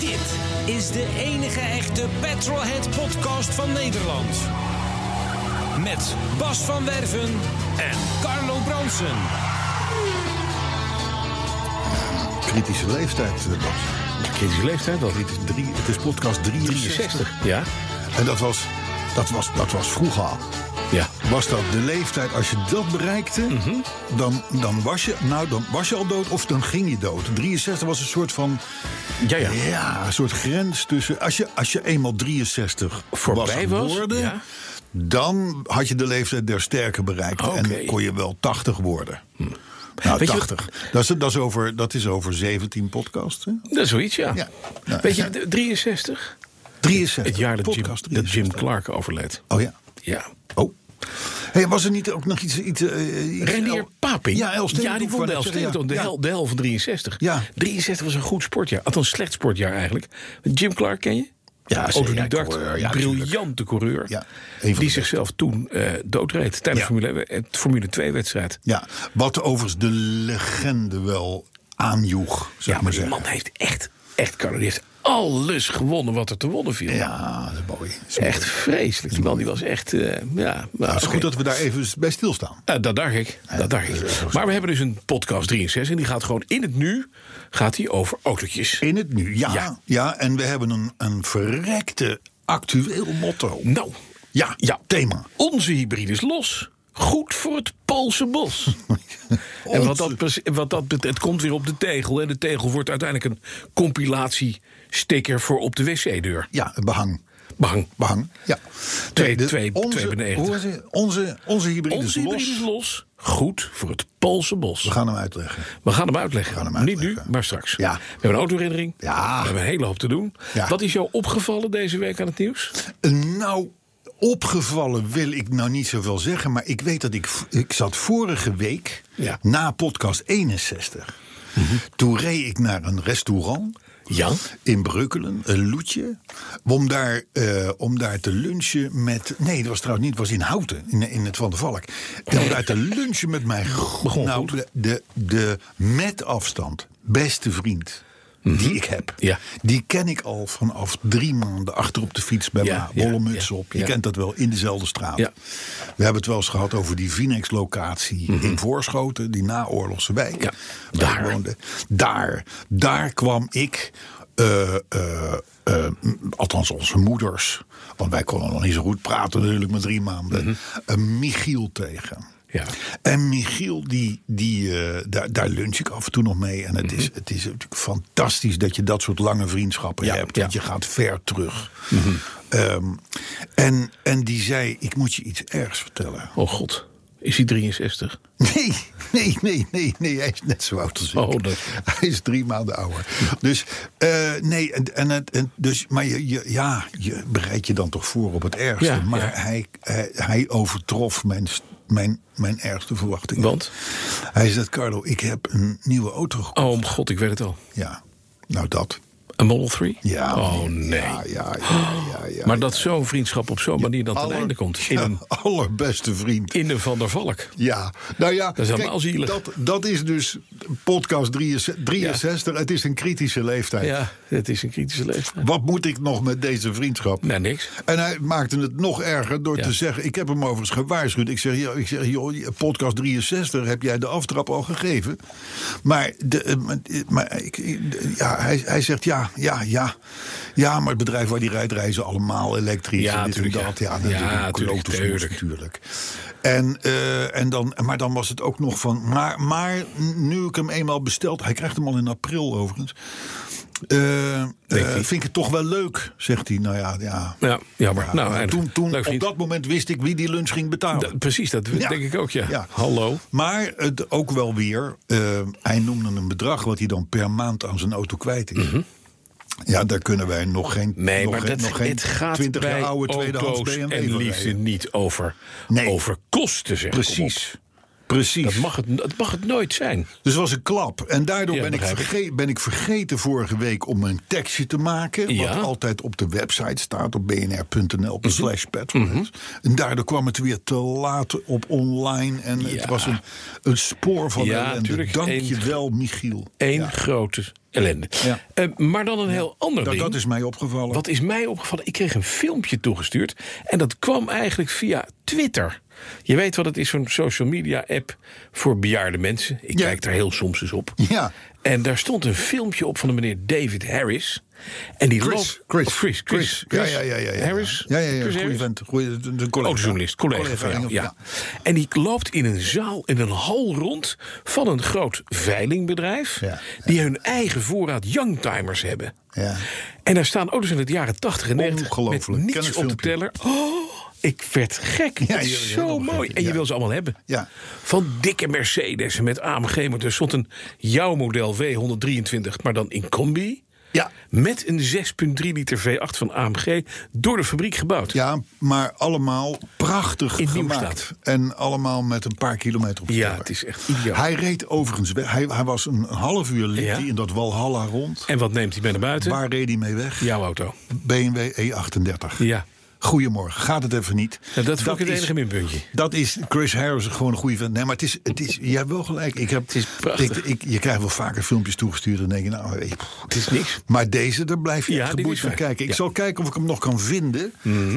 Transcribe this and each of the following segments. Dit is de enige echte Petrolhead podcast van Nederland. Met Bas van Werven en Carlo Bronsen. Kritische leeftijd, eh, Bas. Kritische leeftijd wel. Dit is drie, het is podcast 63. Ja? En dat was, dat was, dat was vroeger. Ja. Was dat de leeftijd, als je dat bereikte, Mhm. dan, dan, was je, nou, dan was je al dood of dan ging je dood. 63 was een soort van, Ja, ja. ja, een soort grens tussen... Als je, als je eenmaal 63 Voorbij was, geworden, ja. dan had je de leeftijd der sterken bereikt. Oké. Hm. En dan kon je wel 80 worden. Nou, Weet je wat- 80. Dat, is, dat, is over, dat is over 17 podcasts, hè? Dat is zoiets, ja. Ja. Ja. Weet je, de- 63? 63. Het jaar dat Jim, podcast dat Jim 63. Clark overleed. Oh ja. Ja. Oh. Hey, was er niet ook nog iets... iets, eh, iets- Renier El- Paping. Ja, El Steenkamp, Ja, die won wou de ik El zeggen, ja. Steenkamp, de, Ja. hel, de helft van 63. Ja. 63 was een goed sportjaar. Althans, een slecht sportjaar eigenlijk. Jim Clark ken je? Ja, zeker. Autodidact, Coureur, ja, briljante coureur. Ja, een van de die beste. zichzelf toen eh, doodreed tijdens Ja. Formule, eh, Formule 2-wedstrijd. Ja, wat overigens de legende wel aanjoeg, zou Ja, ik maar maar die zeggen. man heeft echt, echt, Carlo, die heeft alles gewonnen wat er te wonnen viel. Ja, dat is mooi. Dat is mooi. Echt vreselijk. Die man die was echt, eh, ja. Nou, het is goed dat we daar even bij stilstaan. Eh, dat dacht ik, dat dacht ik. Maar we hebben dus een podcast 63 en die gaat gewoon in het nu gaat die over autootjes. In het nu, ja. Ja. Ja, en we hebben een, een verrekte actueel motto. Nou, Ja, ja. thema. onze hybrides los. Goed voor het Poolse bos. en wat dat, pres- wat dat bet- het komt weer op de tegel. En de tegel wordt uiteindelijk een compilatiesticker voor op de wc-deur. Ja, behang. Bang. Behang, ja. Twee- de- twee- onze, 92. hoe was het? Onze, onze hybride is Onze los. hybrides los. Goed voor het Poolse bos. We gaan hem uitleggen. We gaan hem uitleggen. gaan hem Niet uitleggen. nu, maar straks. Ja. We hebben een autoherinnering. Ja. We hebben een hele hoop te doen. Ja. Wat is jou opgevallen deze week aan het nieuws? Nou, opgevallen wil ik nou niet zoveel zeggen, maar ik weet dat ik, ik zat vorige week Ja. Mhm. na podcast 61. Toen reed ik naar een restaurant Ja. in Breukelen, een loetje, om daar, eh, om daar te lunchen met... Nee, dat was trouwens niet, het was in Houten, in, in het Van de Valk. En om daar te lunchen met mijn... Begon nou, goed. De, de, de met afstand beste vriend die ik heb. Mhm. Ja. Die ken ik al vanaf drie maanden achter op de fiets bij Ja, me. Wollen ja, muts ja, op. Je ja. kent dat wel in dezelfde straat. Ja. We hebben het wel eens gehad over die Vinex-locatie in Voorschoten, die naoorlogse wijk. Mhm. Ja, waar ik daar. woonde. daar. Daar kwam ik. eh, eh, eh, m- althans, onze moeders. Want wij konden nog niet zo goed praten, natuurlijk, met drie maanden. Een Michiel tegen. Mhm. Ja. En Michiel, die, die, eh, daar, daar lunch ik af en toe nog mee. En het, Mhm. is, het is natuurlijk fantastisch dat je dat soort lange vriendschappen Ja, Mhm. hebt. ja. Want je gaat ver terug. Ehm, en, en die zei, ik moet je iets ergs vertellen. Oh god. Is hij 63? Nee, nee, nee, nee, nee. Hij is net zo oud als ik. Oh, dat- Hij is drie maanden ouder. Dus, eh, nee, en, en, het- en, dus, maar je, je, ja, je bereidt je dan toch voor op het ergste. Ja, maar ja. Hij, hij, hij overtrof mijn, st- mijn, mijn ergste verwachtingen. Want? Hij zegt, Carlo, ik heb een nieuwe auto gekocht. Oh mijn god, ik weet het al. Ja, nou dat. Een Model 3? Ja, Oh nee. Ja, ja, ja, ja, ja. maar dat zo'n vriendschap op zo'n manier dan ten Aller- einde komt. In Ja, een, allerbeste vriend. in een Van der Valk. Ja, nou ja, is helemaal zielig. dat, dat is dus podcast 63. 63. Het is een kritische leeftijd. Ja, het is een kritische leeftijd. Wat moet ik nog met deze vriendschap? Nou, niks. En hij maakte het nog erger door Ja. te zeggen... ik heb hem overigens gewaarschuwd. Ik zeg, joh, ik zeg, joh podcast 63 heb jij de aftrap al gegeven. Maar, de, eh, maar- eh, maar ik, eh, ja, hij, hij zegt, ja, ja, ja. Ja, maar het bedrijf waar die rijdt, rijden ze allemaal elektrisch. Ja, en dit en natuurlijk, dat. ja. Ja, Ja, natuurlijk, een natuurlijk, klote smoes tuurlijk. natuurlijk. En, eh, en dan, maar dan was het ook nog van... Maar, maar nu ik hem eenmaal besteld... Hij krijgt hem al in april overigens... Eh, eh, hij. vind ik het toch wel leuk, zegt hij. Nou ja, ja. Ja, jammer. nou, Ja, eindig. toen, toen, Leuk op vriend. dat moment wist ik wie die lunch ging betalen. Da- precies, dat Ja. denk ik ook, ja. Ja. Hallo. Maar het ook wel weer, eh, hij noemde een bedrag wat hij dan per maand aan zijn auto kwijt is. Ja, daar kunnen wij nog geen, Mhm. Nee, nog maar geen, dat, nog geen dit gaat 20 bij jaar oude tweedehands auto's BMW en van liefde rijden. niet over, Nee. over kosten, zeg. Precies. kom op. Precies. Dat mag, het, dat mag het nooit zijn. Dus het was een klap. En daardoor Ja, ben, ik begrijp ik. verge- ben ik vergeten vorige week om een tekstje te maken. Ja. Mhm. Wat altijd op de website staat, op bnr.nl slash petrolheads. En daardoor kwam het weer te laat op online. En het Ja. was een, een spoor van Ja, ellende. tuurlijk. Dank Eén- je wel, Michiel. Eén Ja. grote ellende. Ja. Eh, maar dan een heel ander Nou, ding. dat is mij opgevallen. Wat is mij opgevallen? Ik kreeg een filmpje toegestuurd. En dat kwam eigenlijk via Twitter. Je weet wat het is, zo'n social media app voor bejaarde mensen. Ik Ja. kijk daar heel soms eens op. Ja. En daar stond een filmpje op van de meneer David Harris. En die Chris, loopt... Chris, oh, Chris, Chris, Chris. Ja, ja, ja, ja, ja. Harris. Ja, ja, ja. Chris goeie Harris? vent. Goeie, de, de collega. Ook journalist, collega, van jou, ja. En die loopt in een zaal, in een hal rond van een groot veilingbedrijf... Ja, ja. die hun eigen voorraad youngtimers hebben. Ja. En daar staan auto's in het jaren 80 en 90 met Ongelooflijk. Ken niets het op de filmpje. teller. Oh, ik werd gek. Ja, Het je- is je zo helemaal mooi. gek, En je ja. wil ze allemaal hebben. Ja. Van dikke Mercedes met AMG. Maar er stond een jouw model W123, maar dan in combi. Ja. Met een 6,3 liter V8 van AMG door de fabriek gebouwd. Ja, maar allemaal prachtig In nieuw gemaakt. staat. En allemaal met een paar kilometer op de Ja, teller. het is echt idioot. Hij reed overigens, weg. hij, hij was een half uur liep Ja. hij in dat Walhalla rond. En wat neemt hij mee naar buiten? Waar reed hij mee weg? Jouw auto. BMW E38. Ja. E Goedemorgen, gaat het even niet. Nou, dat vond ik het is- enige minpuntje. Dat is Chris Harris gewoon een goede vent. Nee, maar het is, het is, je hebt wel gelijk. Ik heb, het is prachtig. Ik, ik- je krijgt wel vaker filmpjes toegestuurd en denk je, nou, weet je, pff. Het is niks. maar deze, daar blijf je Ja, echt die geboeid is van fijn. kijken. Ik Ja. Mhm. zal kijken of ik hem nog kan vinden.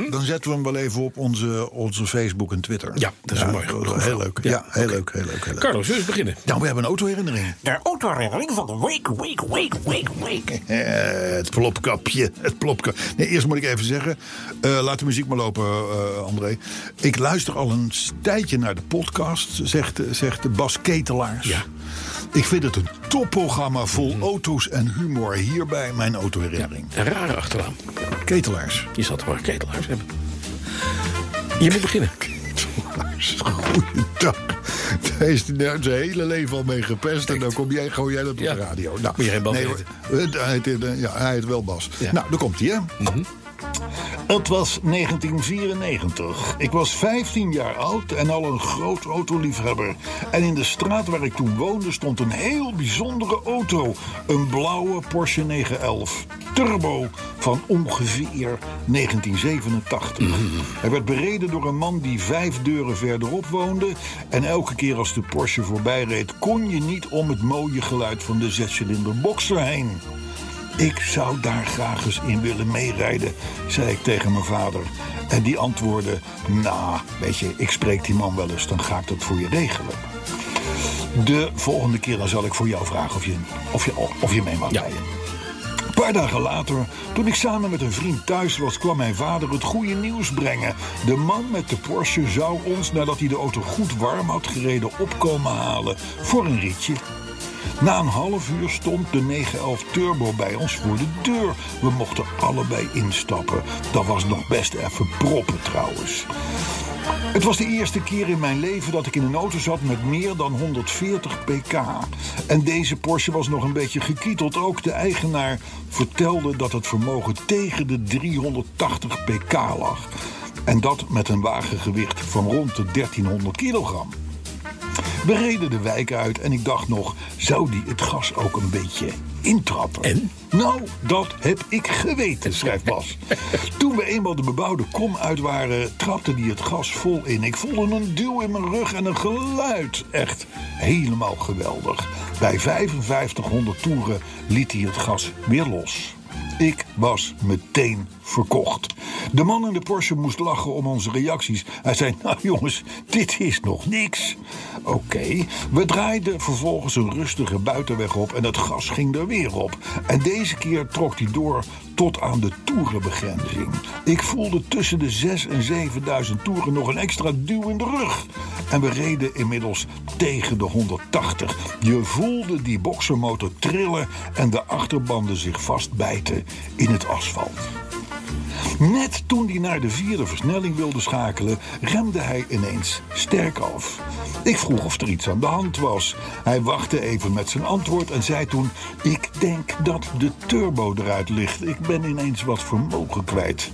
Dan zetten we hem wel even op onze, onze Facebook en Twitter. Ja, dat is een mooi- goed Heel verhaal. leuk. Ja, Ja, heel leuk, heel leuk, heel leuk. Carlos, zullen we eens beginnen? Nou, we hebben een autoherinnering. De autoherinnering van de week, week, week, week, week. Eh, het plopkapje, het plopkapje. Nee, eerst moet ik even zeggen, eh, laat de muziek maar lopen, eh, André. Ik luister al een tijdje naar de podcast, zegt, eh, zegt Bas Ketelaars. Ja. Ik vind het een topprogramma vol Mhm. auto's en humor. Hierbij mijn autoherinnering. Een rare achternaam. Ketelaars. Je zal toch maar ketelaars hebben. Je moet beginnen. Ketelaars, goeiedag. Daar is hij nou zijn hele leven al mee gepest. En dan kom jij, gooi jij dat op Ja. de radio. Nou, Moet je geen bal hoor. Eh, hij heet, eh, ja, hij heet wel Bas. Ja. Nou, daar komt hij, hè? Het was 1994. Ik was 15 jaar oud en al een groot autoliefhebber. En in de straat waar ik toen woonde stond een heel bijzondere auto. Een blauwe Porsche 911 Turbo van ongeveer 1987. Hij werd bereden door een man die vijf deuren verderop woonde. En elke keer als de Porsche voorbij reed, kon je niet om het mooie geluid van de zescilinder boxer heen. Ik zou daar graag eens in willen meerijden, zei ik tegen mijn vader. En die antwoordde: Nou, weet je, ik spreek die man wel eens, dan ga ik dat voor je regelen. De volgende keer dan zal ik voor jou vragen of je, of je, of je mee mag Ja. rijden. Een paar dagen later, toen ik samen met een vriend thuis was, kwam mijn vader het goede nieuws brengen. De man met de Porsche zou ons, nadat hij de auto goed warm had gereden, opkomen halen voor een ritje. Na een half uur stond de 911 Turbo bij ons voor de deur. We mochten allebei instappen. Dat was nog best even proppen trouwens. Het was de eerste keer in mijn leven dat ik in een auto zat met meer dan 140 pk. En deze Porsche was nog een beetje gekieteld. Ook de eigenaar vertelde dat het vermogen tegen de 380 pk lag. En dat met een wagengewicht van rond de 1300 kilogram. We reden de wijk uit en ik dacht nog, zou die het gas ook een beetje intrappen? En? Nou, dat heb ik geweten, schrijft Bas. Toen we eenmaal de bebouwde kom uit waren, trapte die het gas vol in. Ik voelde een duw in mijn rug en een geluid. Echt helemaal geweldig. Bij 5500 toeren liet hij het gas weer los. Ik was meteen verkocht. De man in de Porsche moest lachen om onze reacties. Hij zei: Nou jongens, dit is nog niks. oké. We draaiden vervolgens een rustige buitenweg op en het gas ging er weer op. En deze keer trok hij door tot aan de toerenbegrenzing. Ik voelde tussen de 6 en 7000 toeren nog een extra duw in de rug. En we reden inmiddels tegen de 180. Je voelde die boksermotor trillen en de achterbanden zich vastbijten in het asfalt. Net toen hij naar de vierde versnelling wilde schakelen, remde hij ineens sterk af. Ik vroeg of er iets aan de hand was. Hij wachtte even met zijn antwoord en zei toen: Ik denk dat de turbo eruit ligt. Ik ben ineens wat vermogen kwijt.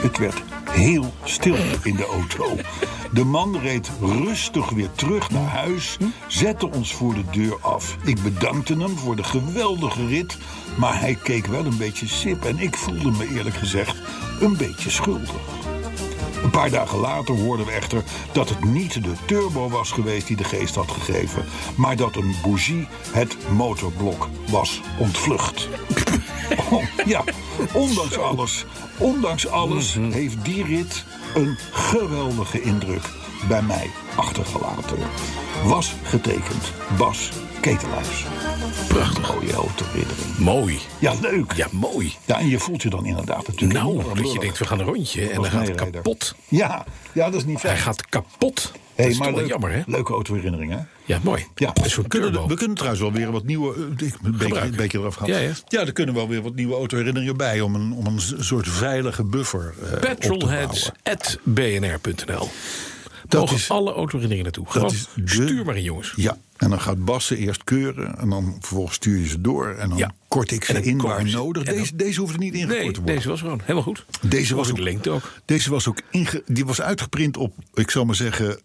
Het werd heel stil in de auto. De man reed rustig weer terug naar huis, zette ons voor de deur af. Ik bedankte hem voor de geweldige rit, maar hij keek wel een beetje sip en ik voelde me eerlijk gezegd een beetje schuldig. Een paar dagen later hoorden we echter dat het niet de turbo was geweest die de geest had gegeven, maar dat een bougie het motorblok was ontvlucht. Oh, ja, ondanks alles, ondanks alles Mhm. heeft die rit een geweldige indruk bij mij achtergelaten. Was getekend Bas Ketelaars. Prachtig. Mooie autoherinnering. Mooi. Ja, leuk. Ja, mooi. Ja, en je voelt je dan inderdaad natuurlijk. Nou, enorm dat je lullig. denkt, we gaan een rondje Als en dan gaat het meerijder. kapot. Ja, ja, dat is niet fijn. Hij gaat kapot. Hey, dat is maar toch wel leuk- jammer, hè? Leuke autoherinnering, hè? Ja, mooi. Ja. Dat is zo'n We kunnen- turbo. we kunnen trouwens wel weer wat nieuwe. eh, Ik een beetje, een beetje eraf gaan. Ja, ja. er kunnen wel weer wat nieuwe autoherinneringen bij. Om een, om een s- soort veilige buffer. eh, op te bouwen. Petrolheads.bnr.nl Dat Mogen is- alle autoherinneringen naartoe. Gewoon, dat is de- stuur maar in, jongens. Ja, en dan gaat Bas ze eerst keuren. En dan vervolgens stuur je ze door. En dan Ja. kort ik En ze dan in komen waar ze. nodig. En dan- Deze, deze hoeft er niet ingekort Nee, te worden. deze was gewoon helemaal goed. Deze was ook ook- de lengte ook. Deze was ook inge- die was uitgeprint op, ik zal maar zeggen,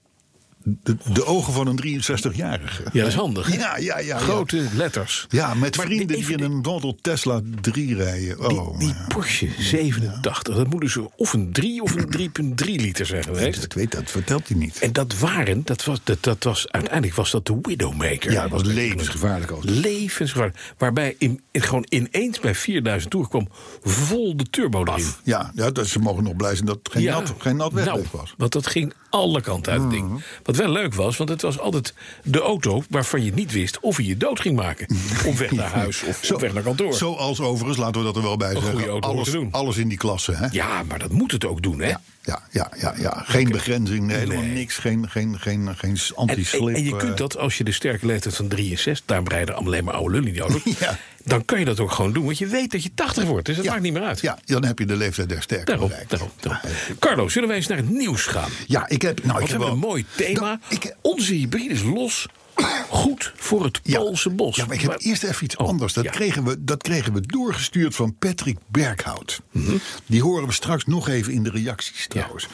de, de ogen van een 63-jarige. Ja, dat is handig. hè? Ja, ja, ja. Grote letters. Ja, met Maar vrienden die even in een Donald Tesla 3 rijden. Die, Oh, die maar- Porsche 87, dat moet dus of een 3 of een 3,3 liter zijn geweest. ik weet dat, vertelt hij niet. En dat waren, dat was, dat, dat was, uiteindelijk was dat de Widowmaker. Ja, dat was levensgevaarlijk auto. Levensgevaarlijk. Waarbij in, in- gewoon ineens bij 4000 toer kwam vol de turbo erin. Ja, ja dat, ze mogen nog blij zijn dat het geen, Ja. nat, geen nat Nou, wegleef was. Mhm. Want dat ging alle kanten uit het ding. Wat wel leuk was, want het was altijd de auto waarvan je niet wist of hij je dood ging maken. op weg naar huis of op weg naar kantoor. Zoals overigens, laten we dat er wel bij goede zeggen. auto hoort Alles, te doen. alles in die klasse, hè? Ja, maar dat moet het ook doen, hè? Ja, ja, ja, ja. Geen begrenzing, nee, helemaal niks. Geen, geen, geen, geen En, en- anti-slip. en je eh, kunt dat als je de sterke leeftijd van 63, daarom rijden alleen maar oude lullen in die auto. Ja. Dan kan je dat ook gewoon doen, want je weet dat je 80 wordt. Dus dat maakt niet meer uit. Ja, dan heb je de leeftijd der sterken Daarom, bereikt. Oh. daarom, daarom. Carlo, zullen wij eens naar het nieuws gaan? Ja, ik heb... Nou, Want ik heb we hebben wel- een mooi thema. Nou, ik- Onze hybride is los. Goed voor het Ja. Poolse bos. Ja, maar ik heb eerst even iets Oh, anders. Dat, ja. kregen we, dat kregen we doorgestuurd van Patrick Berghout. Mhm. Die horen we straks nog even in de reacties trouwens.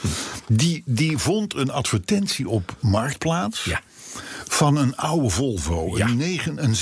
Die, die vond een advertentie op Marktplaats. Ja. Van een oude Volvo. Ja. Een, negen- een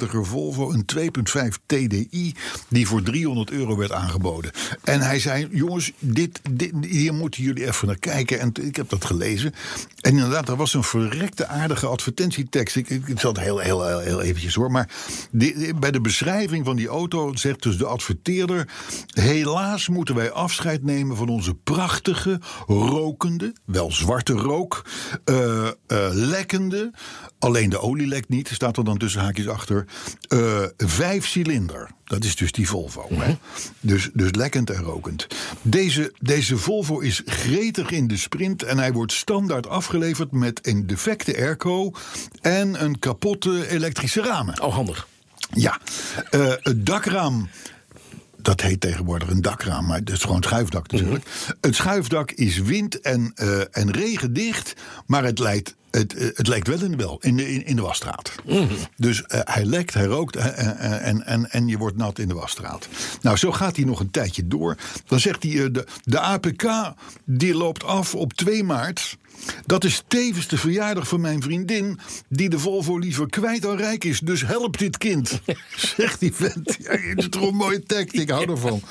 97er Volvo, een 2.5 TDI, die voor 300 euro werd aangeboden. En hij zei: Jongens, dit, dit, hier moeten jullie even naar kijken. En t- ik heb dat gelezen. En inderdaad, dat was een verrekte aardige advertentietekst. Ik, ik, ik zat heel, heel, heel, heel eventjes hoor. Maar die- die- bij de beschrijving van die auto zegt dus de adverteerder: Helaas moeten wij afscheid nemen van onze prachtige, rokende, wel zwarte rook, eh, eh, lekkende. Alleen de olie lekt niet, staat er dan tussen haakjes achter. eh vijf cilinder. Dat is dus die Volvo. Hè? Dus, dus lekkend en rokend. Deze, deze Volvo is gretig in de sprint en hij wordt standaard afgeleverd met een defecte airco en een kapotte elektrische ramen. Oh, handig. Ja, eh, het dakraam. Dat heet tegenwoordig een dakraam, maar het is gewoon het schuifdak natuurlijk. Het schuifdak is wind- en, eh en regendicht, maar het leidt. Het, eh, het lijkt wel in de wel, in de, in, in de wasstraat. Dus eh, hij lekt, hij rookt eh, eh, en, en, en je wordt nat in de wasstraat. Nou, zo gaat hij nog een tijdje door. Dan zegt hij, eh, de, de APK die loopt af op 2 maart. Dat is tevens de verjaardag van mijn vriendin, die de Volvo liever kwijt dan rijk is. Dus help dit kind, zegt die vent. Ja, dit is toch een mooie tekst, ik hou ervan.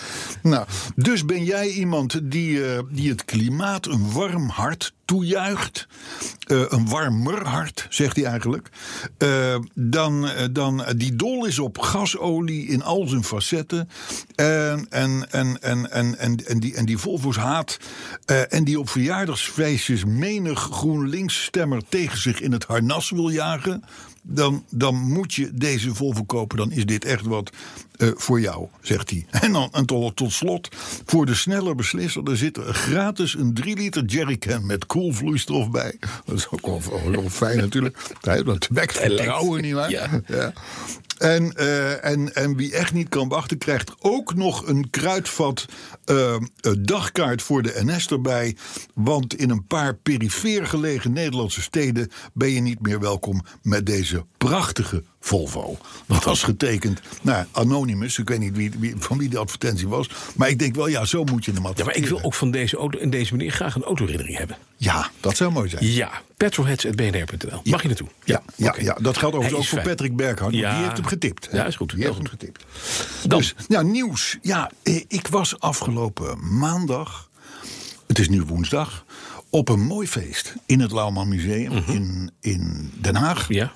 Nou, dus ben jij iemand die, eh, die het klimaat een warm hart toejuicht, eh, een warmer hart, zegt hij eigenlijk, eh, dan, eh, dan die dol is op gasolie in al zijn facetten en, en, en, en, en, en, en, die, en die Volvo's haat eh, en die op verjaardagsfeestjes menig GroenLinks stemmer tegen zich in het harnas wil jagen, dan, dan moet je deze Volvo kopen. Dan is dit echt wat eh, voor jou, zegt hij. En dan en tot, tot slot, voor de snelle beslisser... er zit er gratis een 3 liter jerrycan met koelvloeistof bij. Dat is ook wel, wel- wel fijn natuurlijk. Nee, Dat wekt vertrouwen, nietwaar? Ja. Ja. En, eh, en, en wie echt niet kan wachten, krijgt ook nog een kruidvat eh, eh, dagkaart voor de NS erbij. Want in een paar perifeer gelegen Nederlandse steden ben je niet meer welkom met deze prachtige Volvo. Dat was getekend, nou, Anonymous. Ik weet niet wie, wie- van wie de advertentie was. Maar ik denk wel, ja, zo moet je hem Ja, maar ik adverteren. wil ook van deze, auto, en deze meneer graag een autoherinnering hebben. Ja, dat zou mooi zijn. Ja, petrolheads.bnr.nl. Mag je naartoe? Ja, ja, oké. ja, dat geldt Hij overigens is ook voor fijn. Patrick Berghout. want Ja. Die heeft hem getipt. hè? Ja, is goed. Die Heel heeft hem goed. getipt. Dan. Dus, ja, nieuws. Ja, eh, ik was afgelopen maandag, het is nu woensdag, op een mooi feest in het Lauwman Museum in, in Den Haag. Mhm. Ja.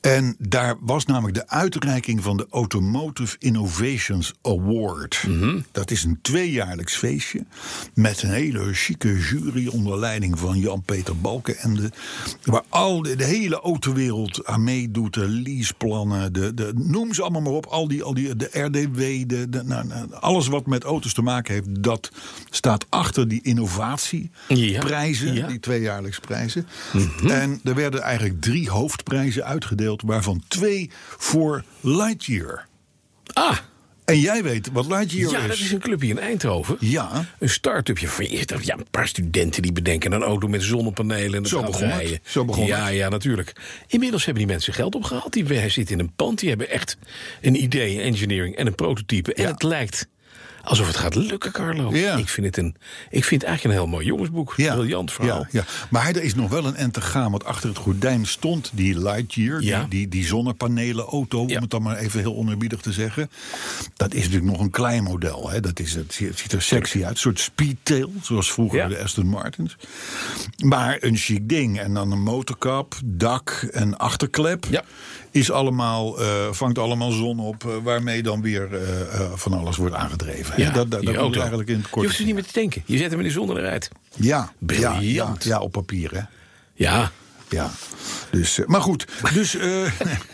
En daar was namelijk de uitreiking van de Automotive Innovations Award. Mhm. Dat is een tweejaarlijks feestje met een hele chique jury onder leiding van Jan-Peter Balkenende. Waar al de, de hele autowereld aan meedoet, de leaseplannen, de, de, noem ze allemaal maar op. Al die, al die, de RDW, de, de- nou, nou, alles wat met auto's te maken heeft, dat staat achter die Ja. innovatieprijzen. Ja. Die tweejaarlijks prijzen. En er werden eigenlijk drie hoofdprijzen uitgedeeld, waarvan twee voor Lightyear. Ah, En jij weet wat Lightyear ja, dat is. is een clubje in Eindhoven. Ja. Een start-upje van eerst ja, een paar studenten die bedenken een auto met zonnepanelen en dat Zo gaat begon het. rijden. Zo begon Ja, ja, natuurlijk. Inmiddels hebben die mensen geld opgehaald. Die we- zitten in een pand. Die hebben echt een idee, een engineering en een prototype. En het lijkt alsof het gaat lukken, Carlo. Ja. Ik, vind het een, ik vind het eigenlijk een heel mooi jongensboek. Briljant verhaal. Ja, ja. Maar er is nog wel een end te gaan. Want achter het gordijn stond die Lightyear. Ja. Die, die, die zonnepanelen auto. Ja. Om het dan maar even heel onerbiedig te zeggen. Dat is natuurlijk nog een klein model. Hè. Dat is, het, het ziet er sexy uit. Een soort speedtail. Zoals vroeger Ja. de Aston Martins. Maar een chic ding. En dan een motorkap, dak en achterklep. Ja. Is allemaal, eh, vangt allemaal zon op. eh, waarmee dan weer eh, eh, van alles wordt aangedreven. hè. Ja, dat dat, je dat moet auto. eigenlijk in het Je kort. hoeft dus niet meer te denken. Je zet hem in de zon en eruit. Ja, ja, ja, Briljant. ja, op papier hè. Ja, Ja, dus, eh, maar goed. Dus eh,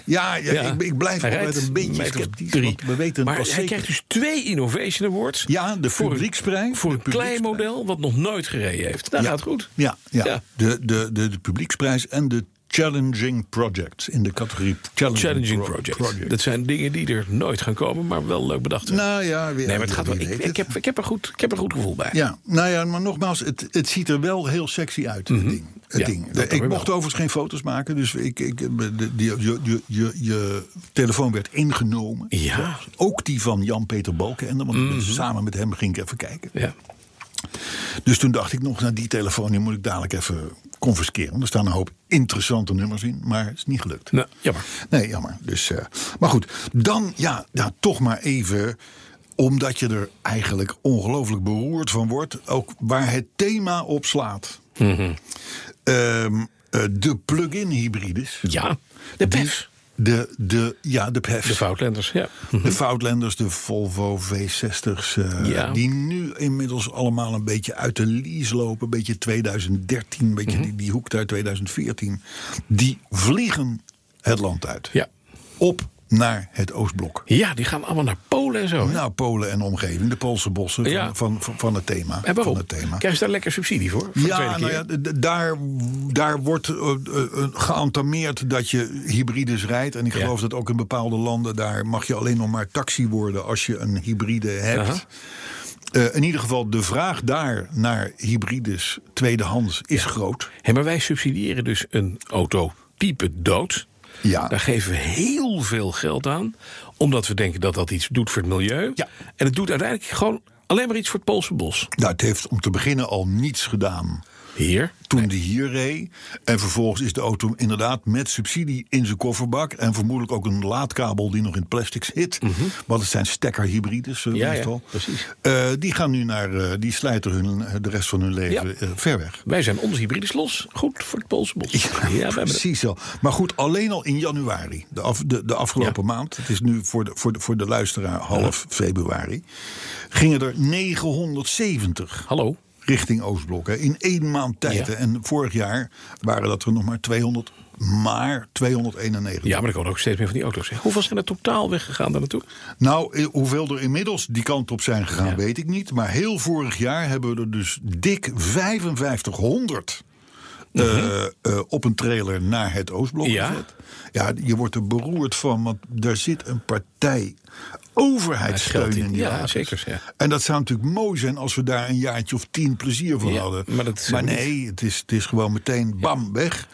ja, ja, ja. Ik, ik blijf Hij altijd rijdt een beetje meter of sceptisch. drie. want we weten maar pas hij zeker- krijgt dus twee Innovation Awards. Ja, de voor een, publieksprijs, voor de een klein publieksprijs. model wat nog nooit gereden heeft. Nou, Ja. gaat goed. Ja, ja. Ja. De, de, de, de publieksprijs en de Challenging Projects in de categorie Challenging, Challenging Pro- Project. Dat zijn dingen die er nooit gaan komen, maar wel leuk bedacht. zijn. Nou ja, weer, nee, maar het gaat wel. wie Ik, weet ik, heb, ik, heb er goed, ik heb er goed gevoel bij. Ja, nou ja, maar nogmaals, het, het ziet er wel heel sexy uit, het ding. Het Mhm. Ja, ding. dat dan ik weer mocht wel. overigens geen foto's maken, dus ik, ik, de- de- die- je, je, je, je telefoon werd ingenomen. Ja. Mhm. Ook die van Jan-Peter Balkenende, want samen met hem ging ik even kijken. Ja. Dus toen dacht ik nog, naar die telefoon die moet ik dadelijk even confisceren. Want er staan een hoop interessante nummers in, maar het is niet gelukt. Nou, jammer. Nee, jammer. Dus, eh, maar goed, dan ja, ja, toch maar even omdat je er eigenlijk ongelooflijk beroerd van wordt. Ook waar het thema op slaat. Mhm. Ehm, eh, de plug-in hybrides. Ja. De PEF. De, de, ja, de PHEVs. De Foutlanders, ja. De Foutlanders, de Volvo V60's, eh, Ja. die nu inmiddels allemaal een beetje uit de lease lopen. Een beetje 2013, een Mhm. beetje die, die hoek daar 2014. Die vliegen het land uit. ja. Op naar het Oostblok. Ja, die gaan allemaal naar Polen en zo. hè? Nou, Polen en omgeving, de Poolse bossen van, Ja. van, van, van het thema. en waarom? Van het thema. Krijgen ze daar lekker subsidie voor? voor de tweede Ja, keer? nou ja, d- d- daar, daar wordt eh, eh, eh, geantameerd dat je hybrides rijdt. En ik Ja. geloof dat ook in bepaalde landen... daar mag je alleen nog maar taxi worden als je een hybride hebt. Aha. Eh, in ieder geval, de vraag daar naar hybrides tweedehands is groot. Hé, maar wij subsidiëren dus een auto type dood. Ja. Daar geven we heel veel geld aan. Omdat we denken dat dat iets doet voor het milieu. Ja. En het doet uiteindelijk gewoon alleen maar iets voor het Poolse bos. Nou, het heeft om te beginnen al niets gedaan Hier? Toen die hier reed. En vervolgens is de auto inderdaad met subsidie in zijn kofferbak. En vermoedelijk ook een laadkabel die nog in plastic zit. Want het zijn stekkerhybrides eh, Mhm. Ja, ja, meestal. precies. Eh, die gaan nu naar. eh, die slijten hun, eh, de rest van hun leven Ja. eh, ver weg. Wij zijn onze hybrides los. Goed voor het Poolse bos. Ja, we hebben het. Precies zo. Maar goed, alleen al in januari, de, af, de, de afgelopen maand, het is nu voor de, voor de, voor de luisteraar half februari, gingen er 970 Hallo? richting Oostblok. Hè, in één maand tijd. Ja. hè. En vorig jaar waren dat er nog maar 200, maar 291. Ja, maar er komen ook steeds meer van die auto's. hè. Hoeveel zijn er totaal weggegaan daar naartoe? Nou, eh, hoeveel er inmiddels die kant op zijn gegaan, Ja. weet ik niet. Maar heel vorig jaar hebben we er dus dik 5500 eh, eh, op een trailer naar het Oostblok Mhm. Ja. gezet. Ja, je wordt er beroerd van, want daar zit een partij overheidssteun Geld in. in die Ja, wagens. zeker, ja. En dat zou natuurlijk mooi zijn als we daar een jaartje of tien plezier van Ja, hadden. maar dat is helemaal nee, het is, het is gewoon meteen bam, weg.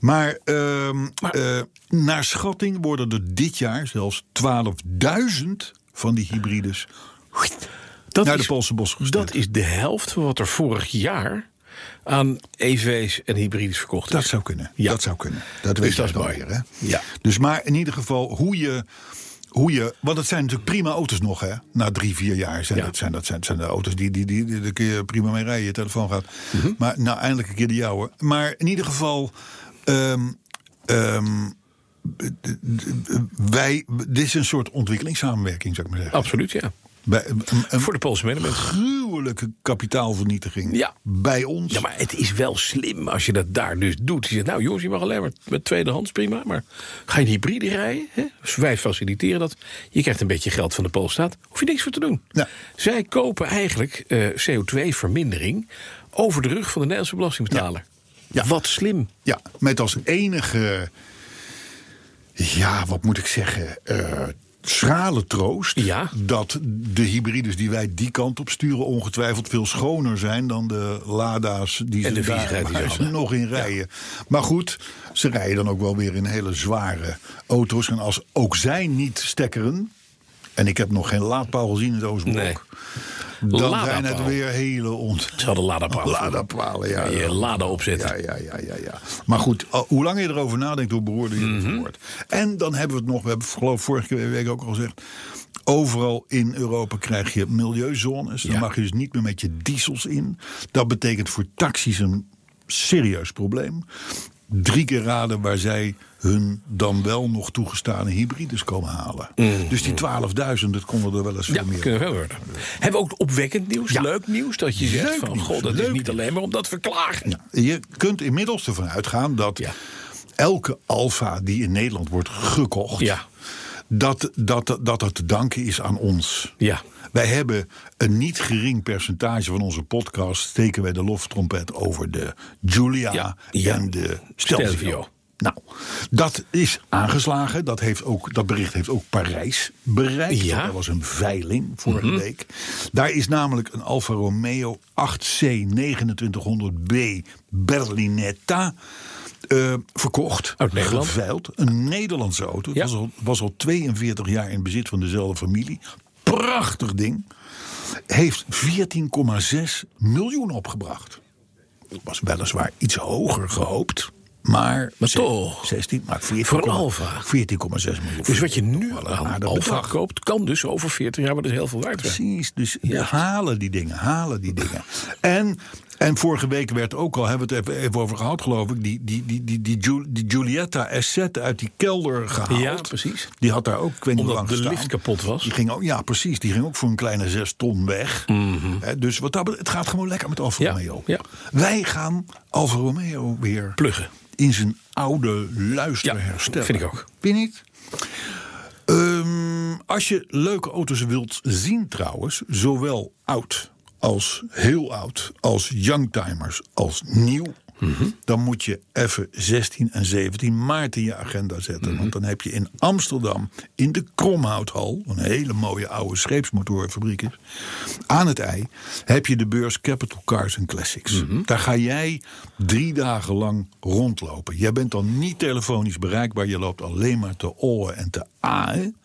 Maar, ehm, eh, naar schatting worden er dit jaar zelfs 12.000 van die hybrides Dat naar is- de Poolse bos gestuurd. Dat is de helft van wat er vorig jaar aan EV's en hybrides verkocht is. Dat zou kunnen. Ja. Dat zou kunnen. Dat Dus weet je dat is dan mooi. weer. Hè? Ja. Dus maar in ieder geval hoe je... Hoe je, want het zijn natuurlijk prima auto's nog, hè? Na drie, vier jaar zijn, Ja. dat, zijn, dat, zijn, zijn de auto's die, die, die, die, daar kun je prima mee rijden. Je telefoon gaat. Mhm. Maar nou, eindelijk een keer de jouwe. Maar in ieder geval, ehm, ehm, d- d- d- wij, dit is een soort ontwikkelingssamenwerking, zou ik maar zeggen. Absoluut, ja. Bij, een, een Voor de Poolse medemens. gruwelijke kapitaalvernietiging Ja. bij ons. Ja, maar het is wel slim als je dat daar dus doet. Je zegt, nou jongens, je mag alleen maar met tweedehands, prima. Maar ga je een hybride rijden? Hè? Dus wij faciliteren dat. Je krijgt een beetje geld van de Poolstaat. Hoef je niks voor te doen. Ja. Zij kopen eigenlijk eh, CO2-vermindering over de rug van de Nederlandse belastingbetaler. Ja. Wat slim. Ja, met als enige, ja, wat moet ik zeggen, eh, schrale troost Ja. dat de hybrides die wij die kant op sturen ongetwijfeld veel schoner zijn dan de Lada's die En ze de viezigheid die ze daar hadden. nog in rijden. Maar goed, ze rijden dan ook wel weer in hele zware auto's en als ook zij niet stekkeren. En ik heb nog geen laadpaal gezien in het Oostblok. Nee. Dan zijn Ladapaal. het weer hele ont... Ze hadden ladapaal. Ladapalen, ja. Je lada opzetten. Ja, ja, ja, ja, ja. Maar goed, al- hoe langer je erover nadenkt, hoe beroerder je Mhm. het wordt. En dan hebben we het nog, we hebben geloof ik vorige week ook al gezegd. Overal in Europa krijg je milieuzones. Dan Ja. mag je dus niet meer met je diesels in. Dat betekent voor taxis een serieus probleem. Drie keer raden waar zij hun dan wel nog toegestane hybrides komen halen. Dus die 12.000, dat konden er wel eens Mhm. Ja, veel meer. kunnen we wel worden. Hebben we ook opwekkend nieuws, leuk nieuws? Dat je zegt Leuk van, nieuws, god, dat is leuk niet alleen maar omdat we klagen. Ja, je kunt inmiddels ervan uitgaan dat Ja. elke alfa die in Nederland wordt gekocht, Ja. dat, dat, dat dat te danken is aan ons. Ja. Wij hebben een niet gering percentage van onze podcast, steken wij de loftrompet over de Giulia Ja, ja. en de Stelvio. Stelvio. Nou, dat is aangeslagen. Dat, heeft ook, dat bericht heeft ook Parijs bereikt. Ja. Mhm. Dat was een veiling vorige week. Daar is namelijk een Alfa Romeo 8C 2900B Berlinetta eh, verkocht. Uit Nederland. Geveild. Een Nederlandse auto. Ja. Was, al, was al 42 jaar in bezit van dezelfde familie. Prachtig ding. Heeft 14,6 miljoen opgebracht. Was weliswaar iets hoger gehoopt. Maar, toch. 16, maar 14,6 Voor een Alfa. 14,6 miljoen. Dus wat je nu Wel een aan aardig Alfa bedrag. koopt, kan dus over 40 jaar maar dus heel veel waard zijn. Precies, dus halen die dingen, halen die dingen. En, en vorige week werd ook al, hebben we het even, even over gehad geloof ik... die, die, die, die, die, Giul- die Giulietta Essette uit die kelder gehaald. Ja, precies. Die had daar ook, ik weet niet hoe Omdat lang de gestaan. lift kapot was. Die ging ook, ja, precies, die ging ook voor een kleine zes ton weg. Hè, dus wat dat, bet- het gaat gewoon lekker met Alfa Mhm. Ja, Romeo. ja. Wij gaan Alfa Romeo weer Pluggen. in zijn oude luister Ja, dus herstellen. vind ik ook. Vind je niet? Ehm, als je leuke auto's wilt zien trouwens, zowel oud als heel oud, als youngtimers, als nieuw, Mhm. dan moet je even 16 en 17 maart in je agenda zetten. Mhm. Want dan heb je in Amsterdam, in de Kromhouthal, een hele mooie oude scheepsmotorenfabriek is, aan het ei, heb je de beurs Capital Cars and Classics. Mhm. Daar ga jij drie dagen lang rondlopen. Jij bent dan niet telefonisch bereikbaar, je loopt alleen maar te oren en te aaien.